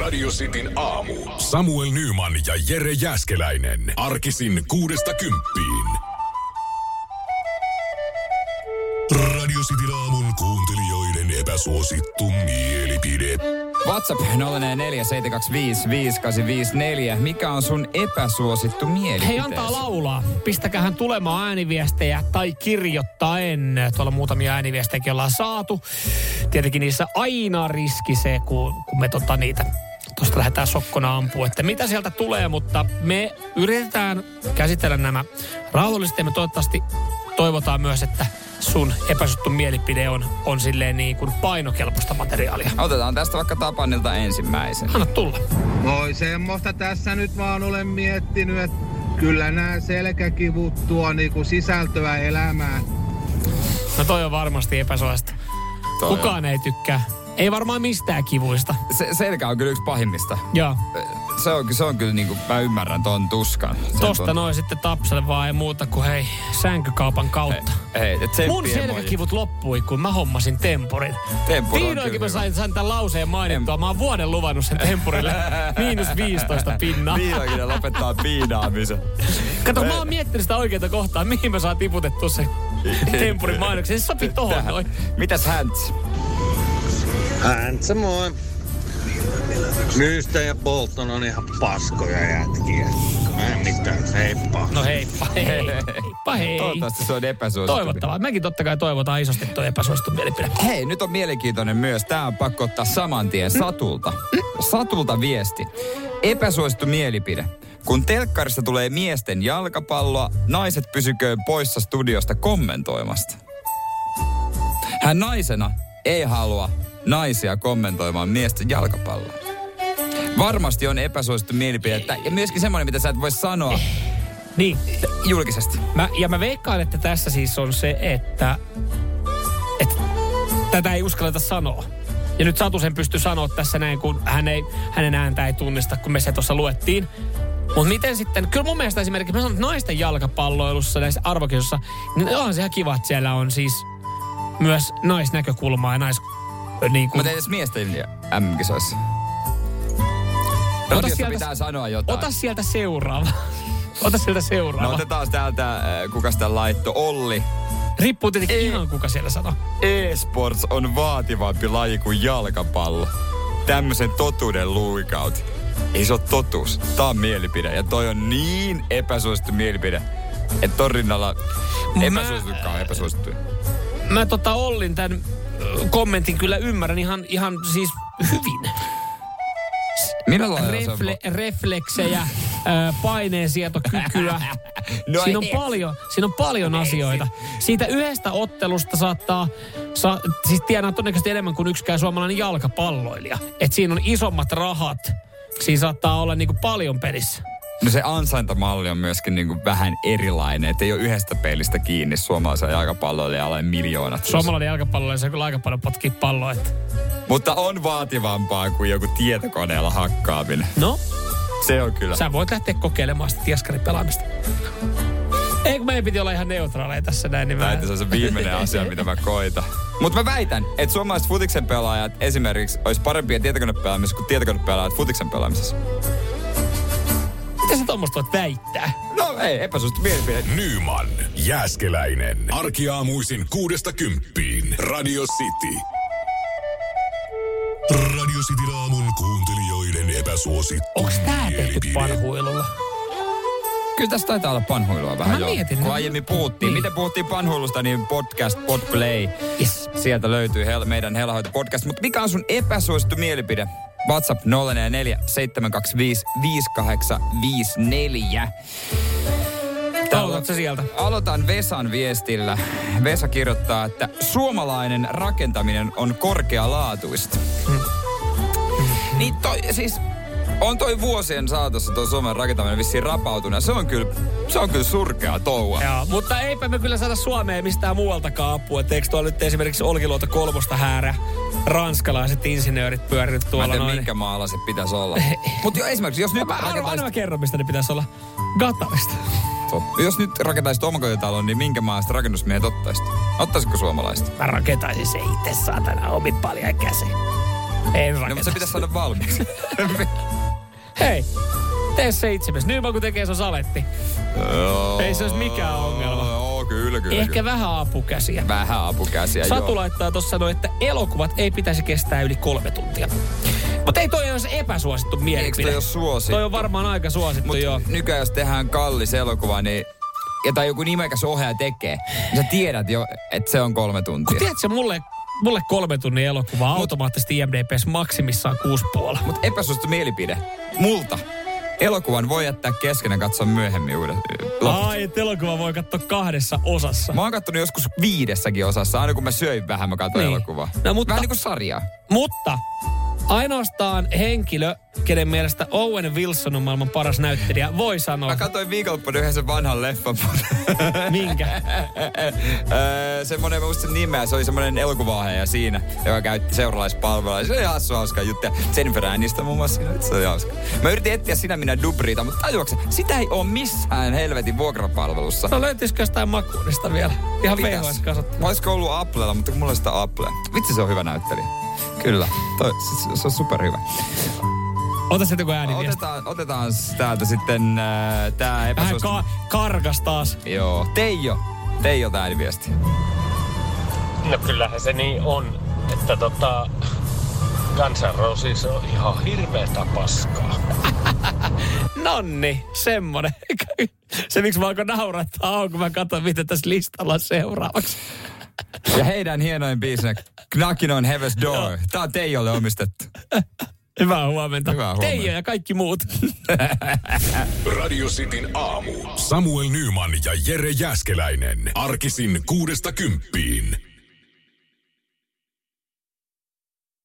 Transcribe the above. Radio Cityn aamu. Samuel Nyman ja Jere Jäskeläinen. Arkisin kuudesta kymppiin. Radio Cityn aamun kuuntelijoiden epäsuosittu mielipide. WhatsApp 047255854. Mikä on sun epäsuosittu mielipiteesi? Hei, antaa laulaa. Pistäkähän tulemaan ääniviestejä tai kirjoittaen. Tuolla muutamia ääniviestejäkin ollaan saatu. Tietenkin niissä aina riski se, kun, kun me tota niitä tuosta lähdetään sokkona ampua, että mitä sieltä tulee, mutta me yritetään käsitellä nämä rauhallisesti ja me toivottavasti toivotaan myös, että sun epäsuttu mielipide on, on silleen niin kuin painokelpoista materiaalia. Otetaan tästä vaikka Tapanilta ensimmäisen. Anna tulla. Voi semmoista tässä nyt vaan olen miettinyt, että kyllä nämä selkäkivut tuo niinku sisältöä elämään. No toi on varmasti epäsuosta. Toi Kukaan ei tykkää. Ei varmaan mistään kivuista. on. Se, selkä on kyllä yksi pahimmista. Joo. Se on, se on kyllä niinku, mä ymmärrän ton tuskan. Sen Tosta ton- noin sitten tapselle vaan ei muuta kuin hei, sänkykaupan kautta. Hei, et Mun tsemppi emoji. selkäkivut loppui, kun mä hommasin tempurin. Tempuri on Vihdoinkin kyllä mä sain, sain tämän lauseen mainittua. Mä oon vuoden luvannut sen tempurille. Miinus 15 pinnaa. Vihdoinkin ne lopettaa piinaamisen. Kato, mä oon miettinyt sitä oikeaa kohtaa, mihin mä saan tiputettua se tempurin mainoksen. Se sopii tohon Tähän. noin. Mitäs Hänts? Häntsä moi. Myystä ja Bolton on ihan paskoja jätkiä. Mä en mitään, heippa. No heippa hei. Heippa hei. Toivottavasti se on epäsuosittu. Toivottavaa. Mekin totta kai toivotaan isosti tuo epäsuosittu mielipide. Hei, nyt on mielenkiintoinen myös. Tämä on pakko ottaa saman tien Satulta. Satulta viesti. Epäsuosittu mielipide. Kun telkkarista tulee miesten jalkapalloa, naiset pysyköön poissa studiosta kommentoimasta. Hän naisena ei halua naisia kommentoimaan miesten jalkapalloa. Varmasti on epäsuosittu mielipide. että- Ja myöskin semmoinen, mitä sä et voi sanoa Niin. julkisesti. Mä, ja mä veikkaan, että tässä siis on se, että, että tätä ei uskalleta sanoa. Ja nyt Satu sen pystyy sanoa tässä näin, kun hän ei, hänen ääntä ei tunnista, kun me se tuossa luettiin. Mutta miten sitten, kyllä mun mielestä esimerkiksi, mä sanon, että naisten jalkapalloilussa, näissä arvokisossa, niin onhan se ihan kiva, että siellä on siis myös naisnäkökulmaa ja nais... Niin kuin, Mutta ei edes miesten M-kisoissa. Radiossa sieltä- pitää sanoa jotain. ota sieltä seuraava. ota sieltä seuraava. No otetaan täältä, äh, kuka sitä laitto Olli. Riippuu tietenkin Ei. ihan kuka siellä sanoo. E-sports on vaativampi laji kuin jalkapallo. Tämmöisen totuuden luikaut. Ei se ole totuus. Tää on mielipide. Ja toi on niin epäsuosittu mielipide, että ton rinnalla epäsuosittukaan on epäsuosittu. mä tota Ollin tämän kommentin kyllä ymmärrän ihan, ihan siis hyvin. Millä lailla Refle, se on? refleksejä, ö, paineensietokykyä. No No siinä, on ei. paljon, siinä on paljon asioita. Siitä yhdestä ottelusta saattaa, sa, siis tienaa todennäköisesti enemmän kuin yksikään suomalainen jalkapalloilija. Et siinä on isommat rahat. Siinä saattaa olla niinku paljon pelissä. No se ansaintamalli on myöskin niinku vähän erilainen. Että ei ole yhdestä pelistä kiinni suomalaisella jalkapalloilijalla ja miljoonat. Suomalainen jalkapalloilija se kyllä aika paljon potkii palloa. Et. Mutta on vaativampaa kuin joku tietokoneella hakkaaminen. No, Se on kyllä. Sä voit lähteä kokeilemaan sitä tiaskarin pelaamista. Eikö meidän piti olla ihan neutraaleja tässä näin? Niin Tämä mä... että se on se viimeinen asia, mitä mä koitan. Mutta mä väitän, että suomalaiset futiksen pelaajat esimerkiksi olisi parempia tietokonepelaamisessa kuin tietokonepelaajat futiksen pelaamisessa. Miten sä tuommoista voit väittää? No ei, epäsuosittu mielipide. Nyman, Jääskeläinen. Arkiaamuisin kuudesta kymppiin. Radio City. Radio Cityn aamun kuuntelijoiden epäsuosittu Onks tää tehty mielipide. panhuilulla? Kyllä tässä taitaa olla panhuilua vähän Mä joo. mietin, Kun no- aiemmin puhuttiin, niin. miten puhuttiin panhuilusta, niin podcast, podplay. Yes. Sieltä löytyy hel- meidän helhoito podcast. Mutta mikä on sun epäsuosittu mielipide? WhatsApp 044 725 5854. Aloitatko sä sieltä? Aloitan Vesan viestillä. Vesa kirjoittaa, että suomalainen rakentaminen on korkealaatuista. Mm. Niin toi, siis on toi vuosien saatossa toi Suomen rakentaminen vissiin rapautunut. ja Se on kyllä, se on kyllä surkea touhua. Joo, mutta eipä me kyllä saada Suomeen mistään muualtakaan apua. Et Eikö tuolla nyt esimerkiksi Olkiluoto kolmosta häärä? Ranskalaiset insinöörit pyörinyt Mä tuolla en tiedä, noin. minkä maalla se pitäisi olla. Mutta jo esimerkiksi, jos nyt Mä arvo, aina mä rakentaisit, kerron, mistä ne pitäisi olla. Gatarista. jos nyt rakentaisit omakotitalon, niin minkä maasta rakennusmiehet ottaisit? Ottaisitko suomalaiset? No, Mä rakentaisin se itse saatana omit paljon käsin. En No, raketa. mutta se pitäisi saada valmiiksi. Hei, tee seitsemäs. Niin vaan kun tekee se on saletti. Ei se olisi mikään ongelma. Joo, kyllä, kyllä. Ehkä kyllä. vähän apukäsiä. vähän apukäsiä, Satu joo. laittaa tuossa sanoi, että elokuvat ei pitäisi kestää yli kolme tuntia. Mutta ei toi ole se epäsuosittu Eikö mielipide. toi ole suosittu? Toi on varmaan aika suosittu, Mut joo. nykyään jos tehdään kallis elokuva, niin ja tai joku nimekäs ohjaaja tekee, niin sä tiedät jo, että se on kolme tuntia. Tiedätkö, mulle, mulle kolme tunnin elokuva automaattisesti IMDPs maksimissaan kuusi puoli. Mutta epäsuosittu mielipide. Multa. Elokuvan voi jättää kesken ja katsoa myöhemmin uudet. loput. Ai, että elokuva voi katsoa kahdessa osassa. Mä oon kattonut joskus viidessäkin osassa, aina kun mä söin vähän, mä katsoin Niin. elokuvaa. No, mutta- Vähän niin kuin sarjaa. Mutta ainoastaan henkilö, kenen mielestä Owen Wilson on maailman paras näyttelijä, voi sanoa, Mä katsoin viikonloppuna yhden sen vanhan leffan. minkä. Öö, semmonen, mä muistan sen nimeä, se oli semmonen elokuvaohjaaja siinä, joka käytti seuralaispalvelua. Se oli hassu hauska juttu. Ja Jennifer Aniston muun muassa siinä, se oli hauska. Mä yritin etsiä sinä minä Dubriita, mutta tajuaksä, sitä ei oo missään helvetin vuokrapalvelussa. No löytyisikö jostain makuudesta vielä? Ihan Pitäis. VHS-kasattu. Olisiko ollut Applella, mutta kun mulla ei sitä Apple. Vitsi, se on hyvä näyttelijä. Kyllä, Toi, se, se on superhyvä. Ota sieltä joku ääniviesti. Otetaan, otetaan täältä sitten äh, tää Vähän epäsuosittu. ka- karkas taas. Joo, Teijo. Teijo tää viesti. No kyllähän se niin on, että tota, Guns N' Roses on ihan hirveetä paskaa. Nonni, semmonen. Se miksi mä alkoin naurattaa on, kun mä katson, mitä tässä listalla on seuraavaksi. Ja heidän hienoin biisinä Knockin on Heaven's Door. Tää on Teijolle omistettu. Hyvää huomenta. Hyvää huomenta. Teijo ja kaikki muut. Radio Cityn aamu. Samuel Nyman ja Jere Jäskeläinen. Arkisin kuudesta kymppiin.